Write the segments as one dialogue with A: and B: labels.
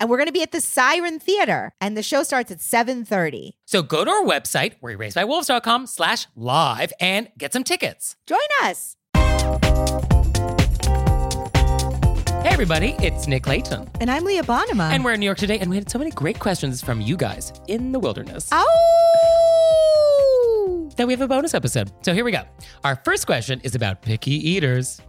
A: and we're going to be at the Siren Theater, and the show starts at 7:30.
B: So go to our website, whereraisedbywolves.com slash live and get some tickets.
A: Join us.
B: Hey everybody, it's Nick Layton.
A: And I'm Leah Bonema.
B: And we're in New York today, and we had so many great questions from you guys in the wilderness.
A: oh,
B: Then we have a bonus episode. So here we go. Our first question is about picky eaters.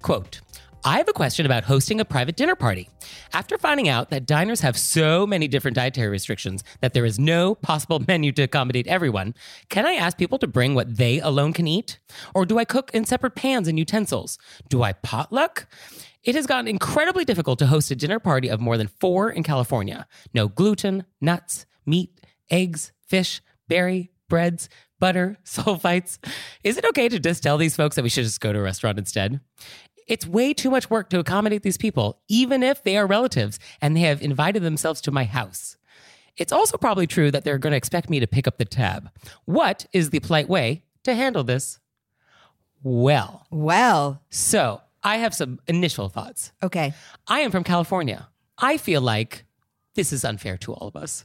B: Quote I have a question about hosting a private dinner party. After finding out that diners have so many different dietary restrictions that there is no possible menu to accommodate everyone, can I ask people to bring what they alone can eat? Or do I cook in separate pans and utensils? Do I potluck? It has gotten incredibly difficult to host a dinner party of more than four in California. No gluten, nuts, meat, eggs, fish, berry, breads, butter, sulfites. Is it okay to just tell these folks that we should just go to a restaurant instead? It's way too much work to accommodate these people, even if they are relatives and they have invited themselves to my house. It's also probably true that they're going to expect me to pick up the tab. What is the polite way to handle this? Well,
A: well,
B: so I have some initial thoughts.
A: okay.
B: I am from California. I feel like this is unfair to all of us.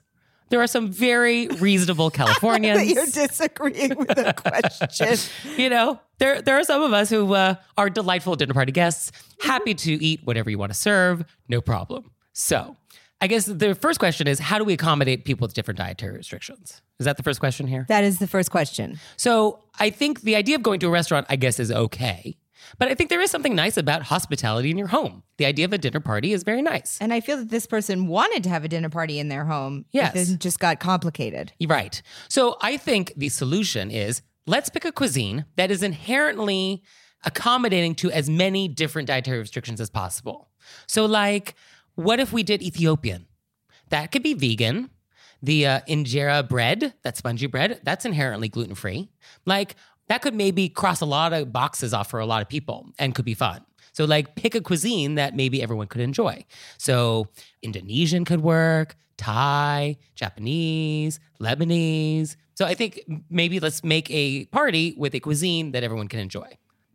B: There are some very reasonable Californians.
A: You're disagreeing with the question.
B: you know, there there are some of us who uh, are delightful dinner party guests, happy to eat whatever you want to serve, no problem. So, I guess the first question is how do we accommodate people with different dietary restrictions? Is that the first question here?
A: that is the first question.
B: So, I think the idea of going to a restaurant, I guess, is okay. But I think there is something nice about hospitality in your home. The idea of a dinner party is very nice.
A: And I feel that this person wanted to have a dinner party in their home.
B: Yes.
A: It then just got complicated.
B: Right. So I think the solution is let's pick a cuisine that is inherently accommodating to as many different dietary restrictions as possible. So, like, what if we did Ethiopian? That could be vegan. The uh, injera bread, that spongy bread, that's inherently gluten free. Like, that could maybe cross a lot of boxes off for a lot of people and could be fun. So, like, pick a cuisine that maybe everyone could enjoy. So, Indonesian could work, Thai, Japanese, Lebanese. So, I think maybe let's make a party with a cuisine that everyone can enjoy.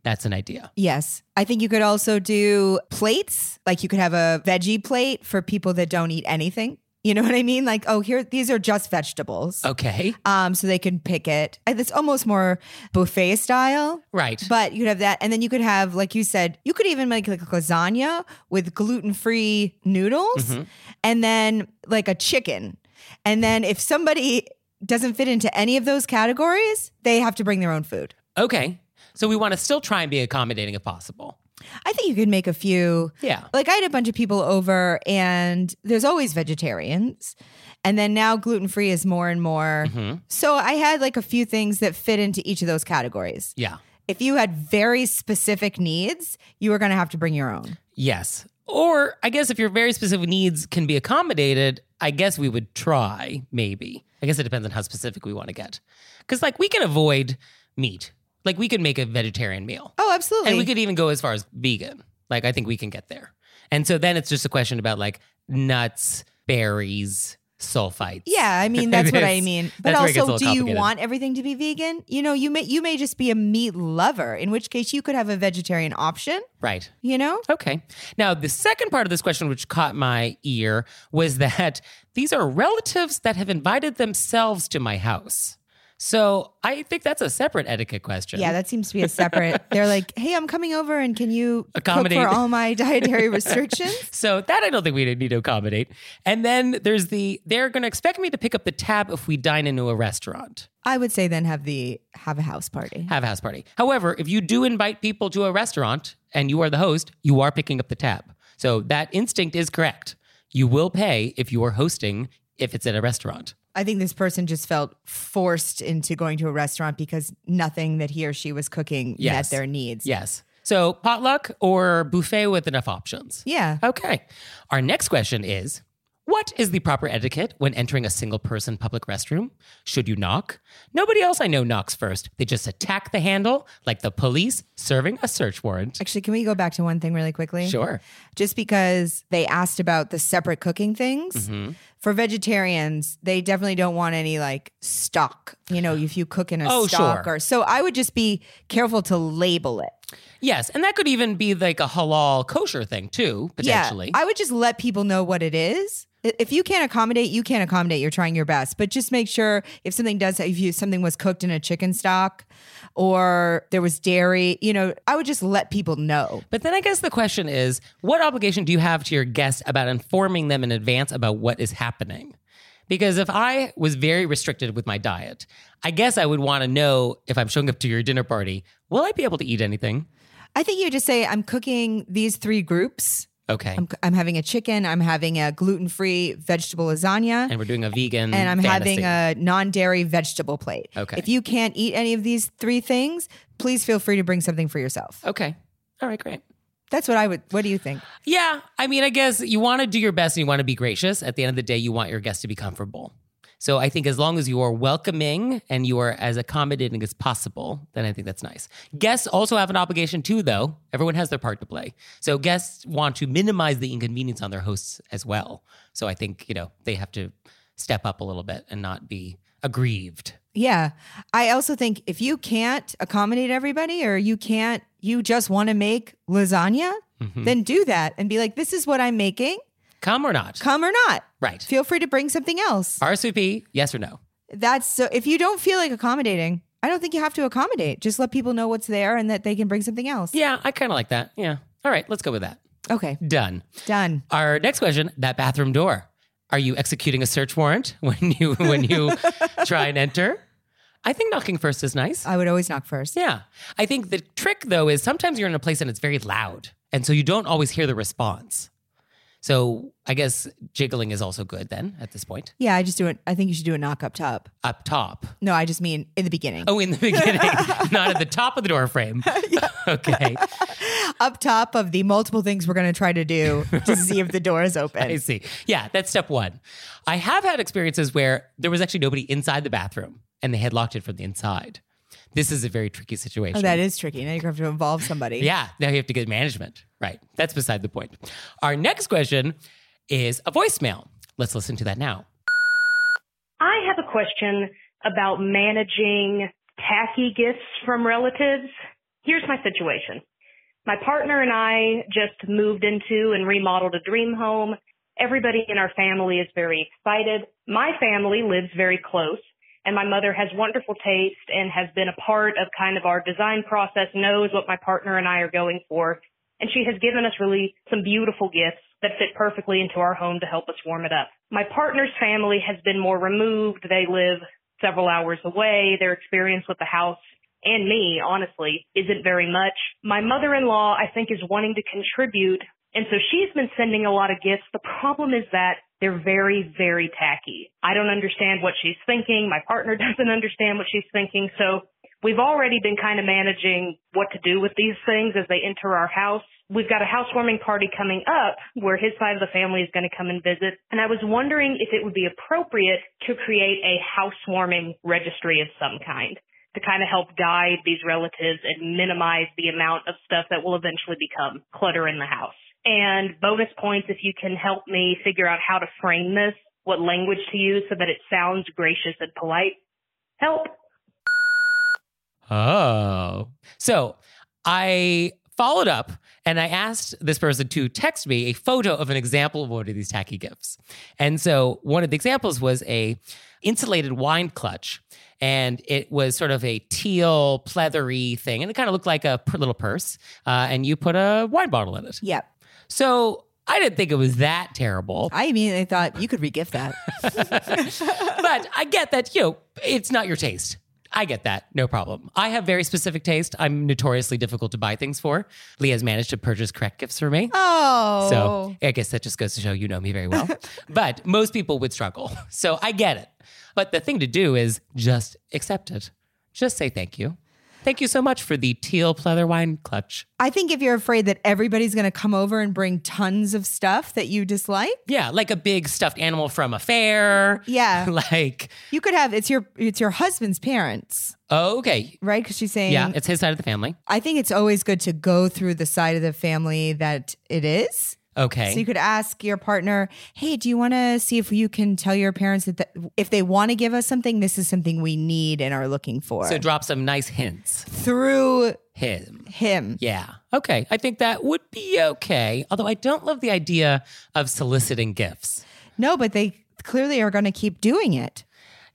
B: That's an idea.
A: Yes. I think you could also do plates. Like you could have a veggie plate for people that don't eat anything. You know what I mean? Like, oh, here, these are just vegetables.
B: Okay.
A: um, so they can pick it. And It's almost more buffet style,
B: Right.
A: but you could have that, and then you could have, like you said, you could even make like a lasagna with gluten-free noodles,
B: Mhm.
A: and then like a chicken, and then if somebody doesn't fit into any of those categories, they have to bring their own food.
B: Okay. So, we want to still try and be accommodating if possible.
A: I think you could make a few
B: Yeah.
A: like I had a bunch of people over and there's always vegetarians and then now gluten free is more and more.
B: Mhm.
A: So I had like a few things that fit into each of those categories.
B: Yeah.
A: If you had very specific needs, you were going to have to bring your own.
B: Yes. Or I guess if your very specific needs can be accommodated, I guess we would try, maybe. I guess it depends on how specific we want to get. Because, like, we can avoid meat. Like, we could make a vegetarian meal.
A: Oh, absolutely.
B: And we could even go as far as vegan. Like, I think we can get there. And so then it's just a question about like nuts, berries, sulfites.
A: Yeah, I mean that's
B: It
A: what I
B: is.
A: mean. But
B: That's where it gets a
A: also,
B: little
A: do you
B: complicated.
A: want everything to be vegan? You know, you may you may just be a meat lover, in which case you could have a vegetarian option.
B: Right.
A: You know,
B: Okay. Now, the second part of this question, which caught my ear, was that these are relatives that have invited themselves to my house. So I think that's a separate etiquette question.
A: yeah, that seems to be a separate. they're like, hey, I'm coming over, and can you
B: Accommodate.
A: cook for all my dietary restrictions?
B: so that I don't think we need to accommodate. And then there's the they're going to expect me to pick up the tab if we dine into a restaurant,
A: I would say then have the have a house party.
B: have a house party. However, if you do invite people to a restaurant and you are the host, you are picking up the tab. So that instinct is correct. You will pay if you are hosting if it's at a restaurant.
A: I think this person just felt forced into going to a restaurant because nothing that he or she was cooking
B: Yes.
A: met their needs.
B: Yes. So potluck or buffet with enough options.
A: Yeah.
B: Okay. Our next question is What is the proper etiquette when entering a single person public restroom? Should you knock? Nobody else I know knocks first. They just attack the handle like the police serving a search warrant.
A: Actually, can we go back to one thing really quickly?
B: Sure.
A: Just because they asked about the separate cooking things.
B: Mm-hmm.
A: For vegetarians, they definitely don't want any like stock, you know, if you cook in a
B: Oh,
A: stock
B: sure.
A: or so I would just be careful to label it.
B: Yes. And that could even be like a halal kosher thing too, potentially.
A: Yeah, I would just let people know what it is. I- If you can't accommodate, you can't accommodate. You're trying your best, but just make sure if something does, if you something was cooked in a chicken stock, or there was dairy, you know, I would just let people know.
B: but then I guess the question is what obligation do you have to your guests about informing them in advance about what is happening? Because if I was very restricted with my diet, I guess I would want to know if I'm showing up to your dinner party, will I be able to eat anything?
A: I think you just say, "I'm cooking these three groups.
B: Okay.
A: I'm, c- I'm having a chicken. I'm having a gluten free vegetable lasagna."
B: and we're doing a vegan.
A: and I'm
B: fantasy.
A: having a non-dairy vegetable plate.
B: Okay.
A: If you can't eat any of these three things, please feel free to bring something for yourself.
B: Okay. All right, great.
A: That's what I would. What do you think?
B: Yeah. I mean, I guess you want to do your best and you want to be gracious. At the end of the day, you want your guests to be comfortable. So I think as long as you are welcoming and you are as accommodating as possible, then I think that's nice. Guests also have an obligation too, though. Everyone has their part to play. So guests want to minimize the inconvenience on their hosts as well. So I think, you know, they have to step up a little bit and not be aggrieved.
A: Yeah. I also think if you can't accommodate everybody or you can't, you just want to make lasagna,
B: Mhm.
A: then do that and be like, this is what I'm making.
B: Come or not.
A: Come or not.
B: Right.
A: Feel free to bring something else.
B: RSVP, yes or no.
A: That's so, if you don't feel like accommodating, I don't think you have to accommodate. Just let people know what's there and that they can bring something else.
B: Yeah, I kind of like that. Yeah. All right, let's go with that.
A: Okay.
B: Done.
A: Done.
B: Our next question, that bathroom door. Are you executing a search warrant when you when you try and enter? I think knocking first is nice.
A: I would always knock first.
B: Yeah. I think the trick though is sometimes you're in a place and it's very loud. And so you don't always hear the response. So I guess jiggling is also good then at this point.
A: Yeah. I just do it. I think you should do a knock up top.
B: Up top.
A: No, I just mean in the beginning.
B: Oh, in the beginning, not at the top of the door frame. okay. Oh.
A: Up top of the multiple things we're going to try to do to see if the door is
B: I
A: open.
B: see. Yeah, that's step one. I have had experiences where there was actually nobody inside the bathroom and they had locked it from the inside. This is a very tricky situation.
A: Oh, that is tricky. Now you're going to have to involve somebody.
B: yeah, now you have to get management. Right. That's beside the point. Our next question is a voicemail. Let's listen to that now.
C: I have a question about managing tacky gifts from relatives. Here's my situation. My partner and I just moved into and remodeled a dream home. Everybody in our family is very excited. My family lives very close and my mother has wonderful taste and has been a part of kind of our design process, knows what my partner and I are going for. And she has given us really some beautiful gifts that fit perfectly into our home to help us warm it up. My partner's family has been more removed. They live several hours away. Their experience with the house and me, honestly, isn't very much. My mother-in-law, I think, is wanting to contribute. And so she's been sending a lot of gifts. The problem is that they're very, very tacky. I don't understand what she's thinking. My partner doesn't understand what she's thinking. So we've already been kind of managing what to do with these things as they enter our house. We've got a housewarming party coming up where his side of the family is going to come and visit. And I was wondering if it would be appropriate to create a housewarming registry of some kind to kind of help guide these relatives and minimize the amount of stuff that will eventually become clutter in the house. And bonus points if you can help me figure out how to frame this what language to use so that it sounds gracious and polite. Help.
B: Oh. So I followed up and I asked this person to text me a photo of an example of one of these tacky gifts. And so one of the examples was a insulated wine clutch. And it was sort of a teal, pleathery thing. And it kind of looked like a pr- little purse. Uh, and you put a wine bottle in it.
A: Yep.
B: So I didn't think it was that terrible.
A: I immediately thought you could regift that.
B: but I get that, you know, it's not your taste. I get that. No problem. I have very specific taste. I'm notoriously difficult to buy things for. Leah's managed to purchase correct gifts for me.
A: Oh.
B: So I guess that just goes to show you know me very well. but most people would struggle. So I get it. But the thing to do is just accept it. Just say thank you. Thank you so much for the teal pleather wine clutch.
A: I think if you're afraid that everybody's going to come over and bring tons of stuff that you dislike,
B: Yeah, like a big stuffed animal from a fair.
A: Yeah.
B: like,
A: you could have it's your it's your husband's parents,
B: oh, okay.
A: right? Because she's saying,
B: Yeah, it's his side of the family.
A: I think it's always good to go through the side of the family that it is.
B: Okay.
A: So you could ask your partner, "Hey, do you want to see if you can tell your parents that the, if they want to give us something, this is something we need and are looking for?"
B: so drop some nice hints.
A: through
B: Him.
A: him.
B: Yeah. Okay. I think that would be okay. Although I don't love the idea of soliciting gifts.
A: No, but they clearly are going to keep doing it.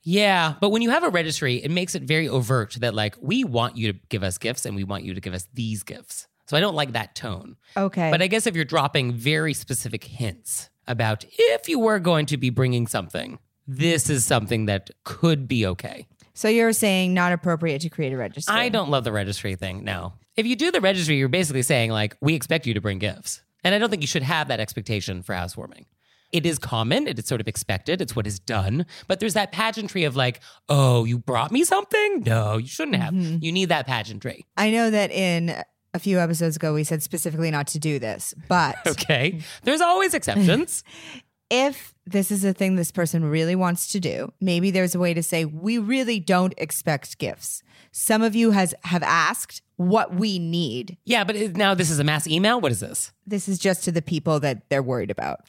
B: Yeah. But when you have a registry, it makes it very overt that, like, we want you to give us gifts and we want you to give us these gifts. So I don't like that tone.
A: Okay.
B: But I guess if you're dropping very specific hints about if you were going to be bringing something, this is something that could be okay.
A: so you're saying not appropriate to create a register.
B: I don't love the registry thing. No. If you do the registry, you're basically saying, like, we expect you to bring gifts. And I don't think you should have that expectation for housewarming. It is common, it is sort of expected, it's what is done. But there's that pageantry of, like, oh, you brought me something? No, you shouldn't have.
A: Mhm.
B: You need that pageantry.
A: I know that in a few episodes ago we said specifically not to do this, but
B: Okay. There's always exceptions.
A: if this is a thing this person really wants to do, maybe there's a way to say we really don't expect gifts. Some of you has have asked what we need.
B: yeah, but it, now this is a mass email. What is this?
A: This is just to the people that they're worried about.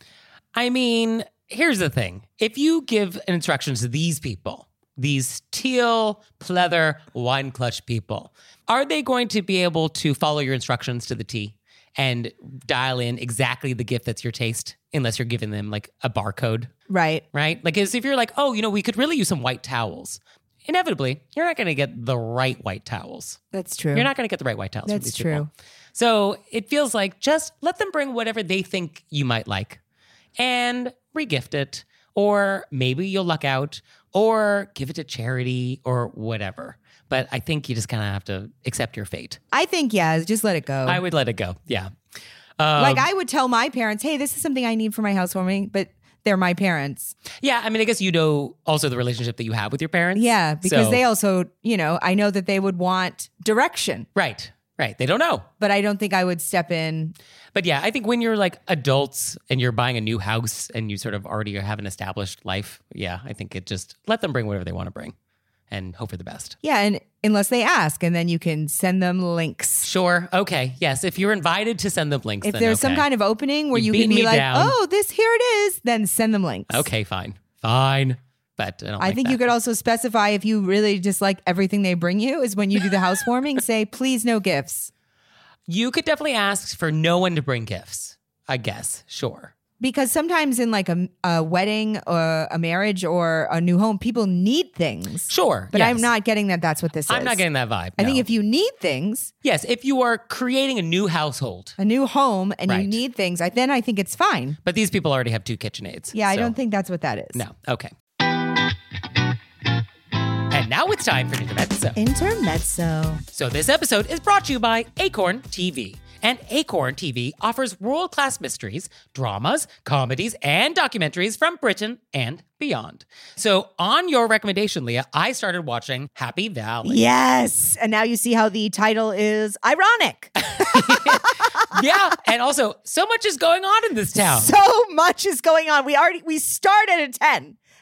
B: I mean, here's the thing if you give instructions to these people, these teal pleather wine clutch people, are they going to be able to follow your instructions to the T and dial in exactly the gift that's your taste, unless you're giving them like a barcode,
A: Right.
B: right? Like, as if you're like, oh, you know, we could really use some white towels. Inevitably, you're not going to get the right white towels.
A: That's true.
B: You're not going to get the right white towels. from
A: That's
B: these people.
A: true.
B: So it feels like just let them bring whatever they think you might like and regift it. Or maybe you'll luck out or give it to charity or whatever. But I think you just kind of have to accept your fate.
A: I think yeah, just let it go.
B: I um, would let it go. Yeah.
A: like I would tell my parents, "Hey, this is something I need for my housewarming," but they're my parents.
B: Yeah. I mean, I guess you know also the relationship that you have with your parents.
A: Yeah, because
B: So-
A: they also, you know, I know that they would want direction,
B: Right. Right. They don't know.
A: but I don't think I would step in.
B: But yeah, I think when you're like adults and you're buying a new house and you sort of already have an established life, yeah, I think it just let them bring whatever they want to bring and hope for the best.
A: Yeah, and unless they ask, and then you can send them links.
B: Sure. Okay. Yes. If you're invited to send them links,
A: If
B: then
A: there's some
B: okay.
A: kind of opening where
B: You
A: you,
B: beat
A: can be
B: me
A: like,
B: down.
A: "Oh, this here it is," then send them links.
B: okay, fine, fine. But I don't.
A: I
B: like
A: think you
B: that.
A: could also specify if you really dislike everything they bring you is when you do the housewarming, say, "Please no gifts."
B: You could definitely ask for no one to bring gifts. I guess. Sure.
A: Because sometimes in like a, a wedding or a marriage or a new home, people need things.
B: Sure.
A: But I'm
B: yes.
A: not getting that that's what this is.
B: I'm not getting that vibe.
A: I think
B: no.
A: if you need things,
B: yes, if you are creating a new household,
A: a new home, and
B: Right.
A: you need things, I, then I think it's fine.
B: but these people already have two KitchenAids.
A: Yeah, I
B: so-
A: don't think that's what that is.
B: No. Okay. And now it's time for Intermezzo.
A: Intermezzo.
B: So, this episode is brought to you by Acorn TV. And Acorn TV offers world class mysteries, dramas, comedies, and documentaries from Britain and beyond. So, on your recommendation, Leah, I started watching Happy Valley.
A: Yes. And now you see how the title is ironic.
B: yeah. And also, so much is going on in this town.
A: So much is going on. We already we start at a 10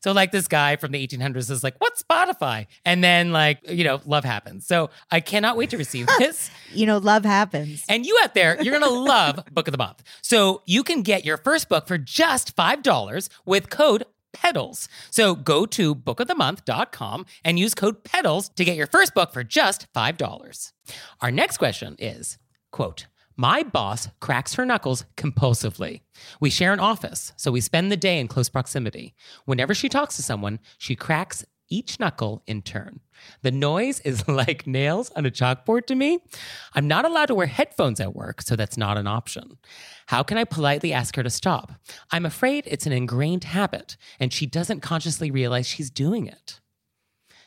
B: So, like, this guy from the 1800s is like, What's Spotify? And then, like, you know, love happens. So, I cannot wait to receive this.
D: You know, love happens.
B: And you out there, you're going to love Book of the Month. So you can get your first book for just $5 with code E PEDALS. So go to bookofthemonth.com and use code E PEDALS to get your first book for just $5. Our next question is, quote, my boss cracks her knuckles compulsively. We share an office, so we spend the day in close proximity. Whenever she talks to someone, she cracks each knuckle in turn. The noise is like nails on a chalkboard to me. I'm not allowed to wear headphones at work, so that's not an option. How can I politely ask her to stop? I'm afraid it's an ingrained habit, and she doesn't consciously realize she's doing it.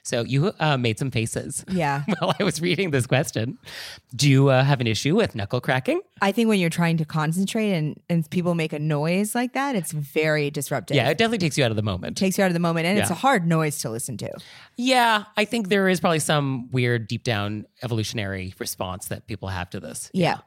B: So you uh, made some faces
A: Yeah.
B: while I was reading this question. Do you uh, have an issue with knuckle cracking?
A: I think when you're trying to concentrate and, and people make a noise like that, it's very disruptive.
B: Yeah, it definitely takes you out of the moment.
A: takes you out of the moment and it's
B: Yeah.
A: a hard noise to listen to.
B: yeah, I think there is probably some weird deep down evolutionary response that people have to this.
A: Yeah.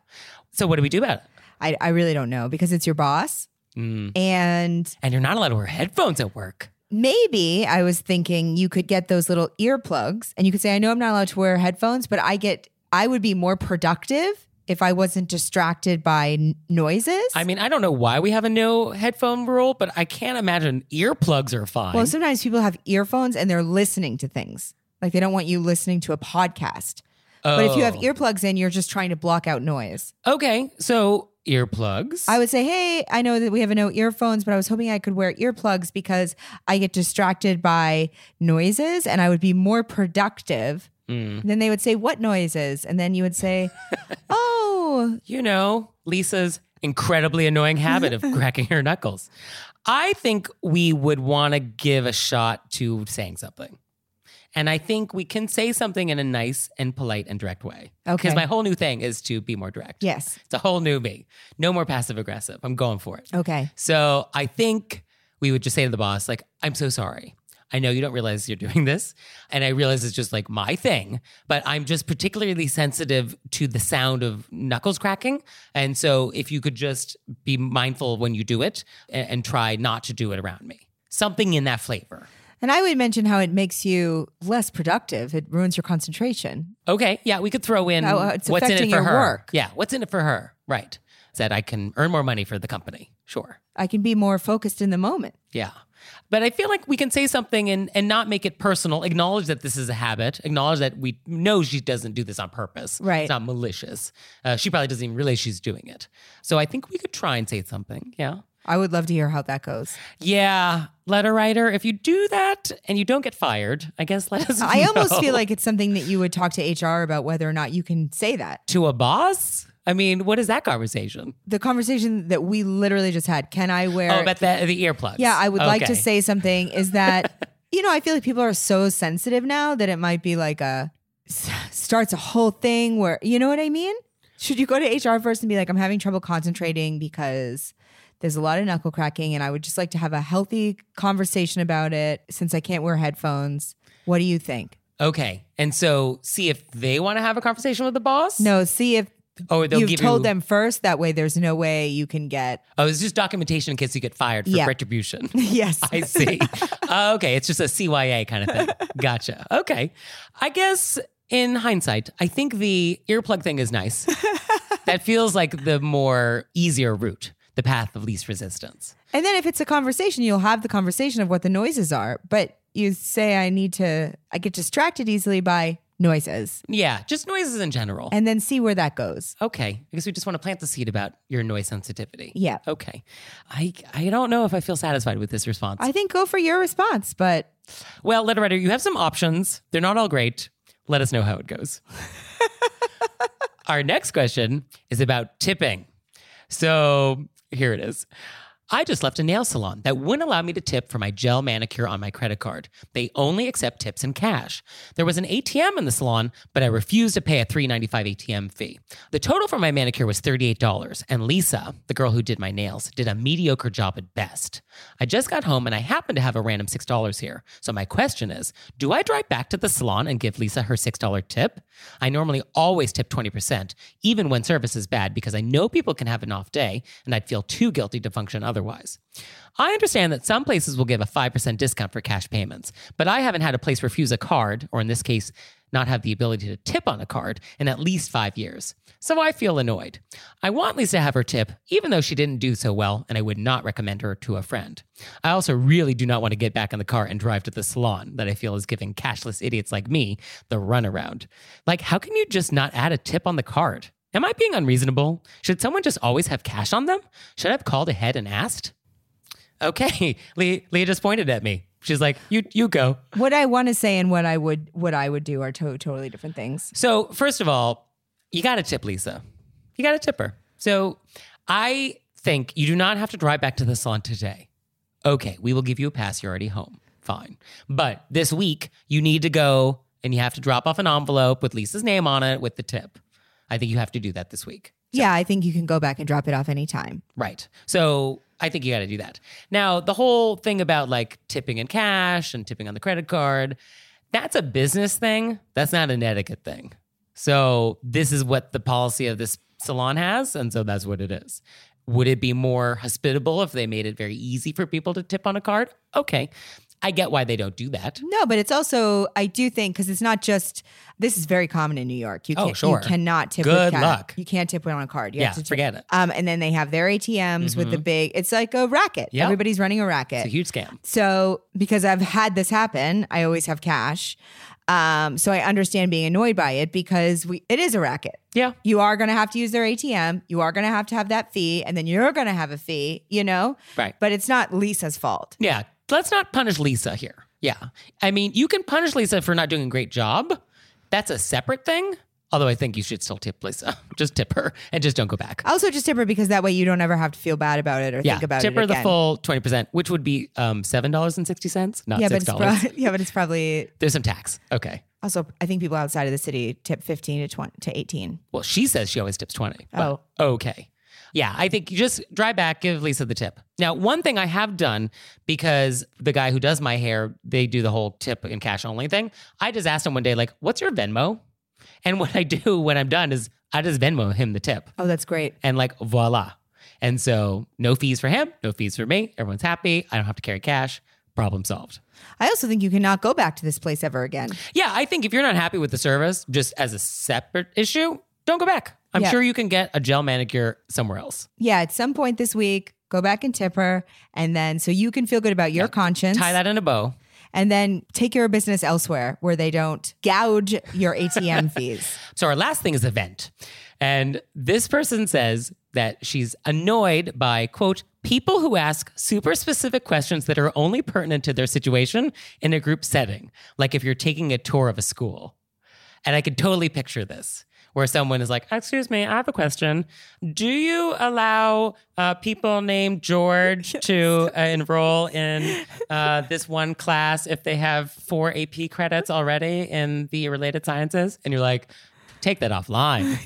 B: So what do we do about it?
A: I, I really don't know because it's your boss.
B: Mm.
A: And
B: And you're not allowed to wear headphones at work.
A: maybe I was thinking you could get those little earplugs and you could say, I know I'm not allowed to wear headphones, but I get, I would be more productive if I wasn't distracted by n- noises.
B: I mean, I don't know why we have a no headphone rule, but I can't imagine earplugs are fine.
A: well, sometimes people have earphones and they're listening to things. Like they don't want you listening to a podcast. But if you have
B: Oh.
A: earplugs in, you're just trying to block out noise.
B: okay, so earplugs.
A: I would say, hey, I know that we have no earphones, but I was hoping I could wear earplugs because I get distracted by noises and I would be more productive.
B: Mm.
A: Then they would say, what noises? And then you would say, oh,
B: you know, Lisa's incredibly annoying habit of cracking her knuckles. I think we would want to give a shot to saying something. And I think we can say something in a nice and polite and direct way. Because
A: Okay.
B: my whole new thing is to be more direct.
A: yes.
B: It's a whole new me. No more passive aggressive. I'm going for it.
A: Okay.
B: So I think we would just say to the boss, like, I'm so sorry. I know you don't realize you're doing this. And I realize it's just like my thing, but I'm just particularly sensitive to the sound of knuckles cracking. And so if you could just be mindful when you do it a- and, try not to do it around me, something in that flavor.
A: And I would mention how it makes you less productive. It ruins your concentration.
B: Okay. Yeah. We could throw in
A: Oh, uh, it's
B: what's in it
A: affecting
B: for
A: your
B: her.
A: work.
B: Yeah. What's in it for her? Right. Said I can earn more money for the company. Sure.
A: I can be more focused in the moment.
B: Yeah. But I feel like we can say something and, and not make it personal. Acknowledge that this is a habit. Acknowledge that we know she doesn't do this on purpose.
A: Right.
B: It's not malicious. Uh, she probably doesn't even realize she's doing it. So I think we could try and say something. Yeah.
A: I would love to hear how that goes.
B: Yeah. Letter writer, if you do that and you don't get fired, I guess let us
A: I almost
B: know.
A: feel like it's something that you would talk to HR about whether or not you can say that.
B: To a boss? I mean, what is that conversation?
A: The conversation that we literally just had can I wear
B: Oh, about the, the earplugs.
A: Yeah, I would like to
B: Okay.
A: say something is that, you know, I feel like people are so sensitive now that it might be like a s- starts a whole thing where, you know what I mean? Should you go to HR first and be like, I'm having trouble concentrating because there's a lot of knuckle cracking and I would just like to have a healthy conversation about it since I can't wear headphones. What do you think?
B: Okay. And so see if they want to have a conversation with the boss?
A: No, see if
B: Oh, they'll
A: You've
B: give
A: told
B: you,
A: them first. That way, there's no way you can get.
B: Oh, it's just documentation in case you get fired for
A: Yeah.
B: retribution.
A: Yes.
B: I see. Uh, okay, it's just a CYA kind of thing. Gotcha. Okay. I guess in hindsight, I think the earplug thing is nice. that feels like the more easier route, the path of least resistance.
A: And then if it's a conversation, you'll have the conversation of what the noises are. But you say, I need to, I get distracted easily by noises
B: Yeah, just noises in general.
A: and then see where that goes.
B: okay. I guess we just want to plant the seed about your noise sensitivity.
A: Yeah.
B: Okay. I I don't know if I feel satisfied with this response.
A: I think go for your response, but
B: well, letter writer, you have some options. They're not all great. Let us know how it goes. Our next question is about tipping. So here it is. I just left a nail salon that wouldn't allow me to tip for my gel manicure on my credit card. They only accept tips in cash. There was an ATM in the salon, but I refused to pay a $3.95 ATM fee. The total for my manicure was $38, and Lisa, the girl who did my nails, did a mediocre job at best. I just got home and I happened to have a random $6 here. So my question is, do I drive back to the salon and give Lisa her $6 tip? I normally always tip 20%, even when service is bad, because I know people can have an off day and I'd feel too guilty to function otherwise. I understand that some places will give a 5% discount for cash payments, but I haven't had a place refuse a card, or in this case, not have the ability to tip on a card in at least five years. So I feel annoyed. I want Lisa to have her tip, even though she didn't do so well, and I would not recommend her to a friend. I also really do not want to get back in the car and drive to the salon that I feel is giving cashless idiots like me the runaround. Like, how can you just not add a tip on the card? Am I being unreasonable? Should someone just always have cash on them? Should I have called ahead and asked? Okay, Leah, Leah just pointed at me. She's like, "You, you go."
A: what I want to say and what I would what I would do are to- totally different things.
B: So, first of all, you got to tip Lisa. You got to tip her. So, I think you do not have to drive back to the salon today. Okay, we will give you a pass. You're already home. Fine. But this week, you need to go and you have to drop off an envelope with Lisa's name on it with the tip. I think you have to do that this week.
A: Yeah, I think you can go back and drop it off anytime.
B: Right. So I think you got to do that. Now, the whole thing about like tipping in cash and tipping on the credit card, that's a business thing. That's not an etiquette thing. So this is what the policy of this salon has. And so that's what it is. Would it be more hospitable if they made it very easy for people to tip on a card? Okay. I get why they don't do that.
A: No, but it's also I do think because it's not just this is very common in New York. You
B: Oh,
A: can't
B: sure.
A: you cannot tip
B: Good
A: with cash.
B: luck.
A: You can't tip on a card. You
B: Yeah,
A: have to tip.
B: forget it. Mm-hmm.
A: Um, and then they have their ATMs with the big. It's like a racket.
B: Yeah.
A: Everybody's running a
B: It's a
A: racket.
B: huge scam.
A: So because I've had this happen, I always have cash. Um, so I understand being annoyed by it because we it is a racket.
B: Yeah.
A: You are going to have to use their ATM. You are going to have to have that fee, and then you're going to have a fee. You know,
B: Right.
A: but it's not Lisa's fault.
B: Yeah. Let's not punish Lisa here. Yeah. I mean, you can punish Lisa for not doing a great job. That's a separate thing. Although I think you should still tip Lisa. just tip her and just don't go back.
A: Also, just tip her because that way you don't ever have to feel bad about it or
B: yeah.
A: think about
B: tip
A: it
B: her
A: again.
B: the full 20%, which would be um, $7.60, not
A: yeah,
B: $6.
A: but it's prob- yeah, but it's probably
B: There's some tax. Okay.
A: also. I think people outside of the city tip fifteen to twenty to eighteen.
B: Well, she says she always tips 20. but Okay. Yeah, I think you just drive back, give Lisa the tip. Now, one thing I have done because the guy who does my hair, they do the whole tip and cash only thing. I just asked him one day, like, what's your Venmo? And what I do when I'm done is I just Venmo him the tip
A: Oh, that's great.
B: and like voila. And so no fees for him, no fees for me. Everyone's happy. I don't have to carry cash. Problem solved.
A: I also think you cannot go back to this place ever again.
B: Yeah, I think if you're not happy with the service, just as a separate issue, don't go back. I'm
A: Yeah.
B: sure you can get a gel manicure somewhere else.
A: Yeah, at some point this week, go back and tip her, and then so you can feel good about your conscience,
B: Tie that in a bow.
A: and then take your business elsewhere where they don't gouge your ATM fees.
B: So our last thing is event. And this person says that she's annoyed by, quote, people who ask super specific questions that are only pertinent to their situation in a group setting, like if you're taking a tour of a school. And I could totally picture this. Where someone is like, Excuse me, I have a question. Do you allow uh, people named George to uh, enroll in uh, this one class if they have four AP credits already in the related sciences? And you're like, take that offline.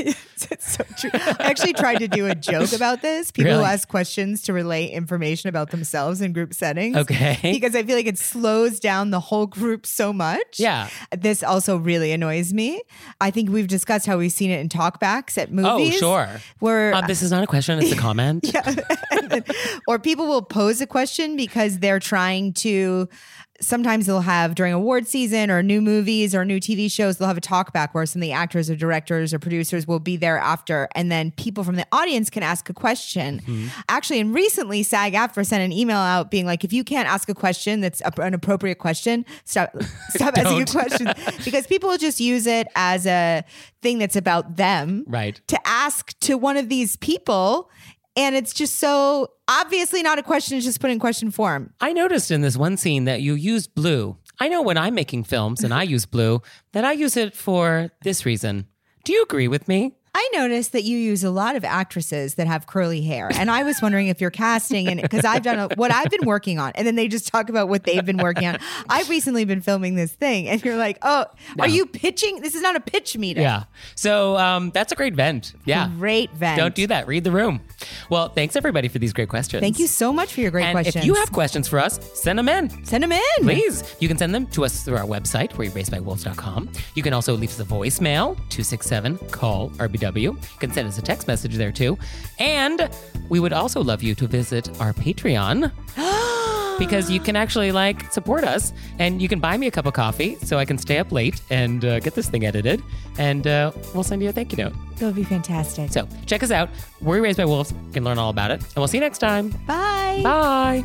A: It's so true. I actually tried to do a joke about this. People
B: Really?
A: ask questions to relay information about themselves in group settings.
B: Okay.
A: Because I feel like it slows down the whole group so much.
B: Yeah.
A: This also really annoys me. I think we've discussed how we've seen it in talkbacks at
B: Oh,
A: movies.
B: sure.
A: Where
B: Uh, this is not a question, it's a comment.
A: yeah. And then- or people will pose a question because they're trying to. Sometimes they'll have during award season or new movies or new TV shows, they'll have a talk back where some of the actors or directors or producers will be there after. And then people from the audience can ask a question. Actually, and recently SAG AFTRA sent an email out being like, if you can't ask a question that's a- an appropriate question, stop, stop asking a
B: Don't.
A: question because people just use it as a thing that's about them
B: Right.
A: to ask to one of these people. And it's just so obviously not a question, it's just put in question form.
B: I noticed in this one scene that you used blue. I know when I'm making films and I use blue, that I use it for this reason. Do you agree with me?
A: I noticed that you use a lot of actresses that have curly hair. And I was wondering if you're casting, and because I've done a, what I've been working on. And then they just talk about what they've been working on. I've recently been filming this thing, and you're like, oh,
B: No.
A: are you pitching? This is not a pitch meeting.
B: Yeah. So um, that's a great vent. Yeah.
A: Great vent.
B: Don't do that. Read the room. Well, thanks everybody for these great questions.
A: Thank you so much for your great
B: And
A: questions.
B: if you have questions for us, send them in.
A: send them in.
B: Please. You can send them to us through our website, where raisedbywolves.com. You can also leave us a voicemail, 267 call RBW. You can send us a text message there too. And we would also love you to visit our Patreon because you can actually like support us and you can buy me a cup of coffee so I can stay up late and uh, get this thing edited. And uh, we'll send you a thank you note.
A: That would be fantastic.
B: So check us out. We're Raised by Wolves. You can learn all about it. And we'll see you next time.
A: Bye.
B: Bye.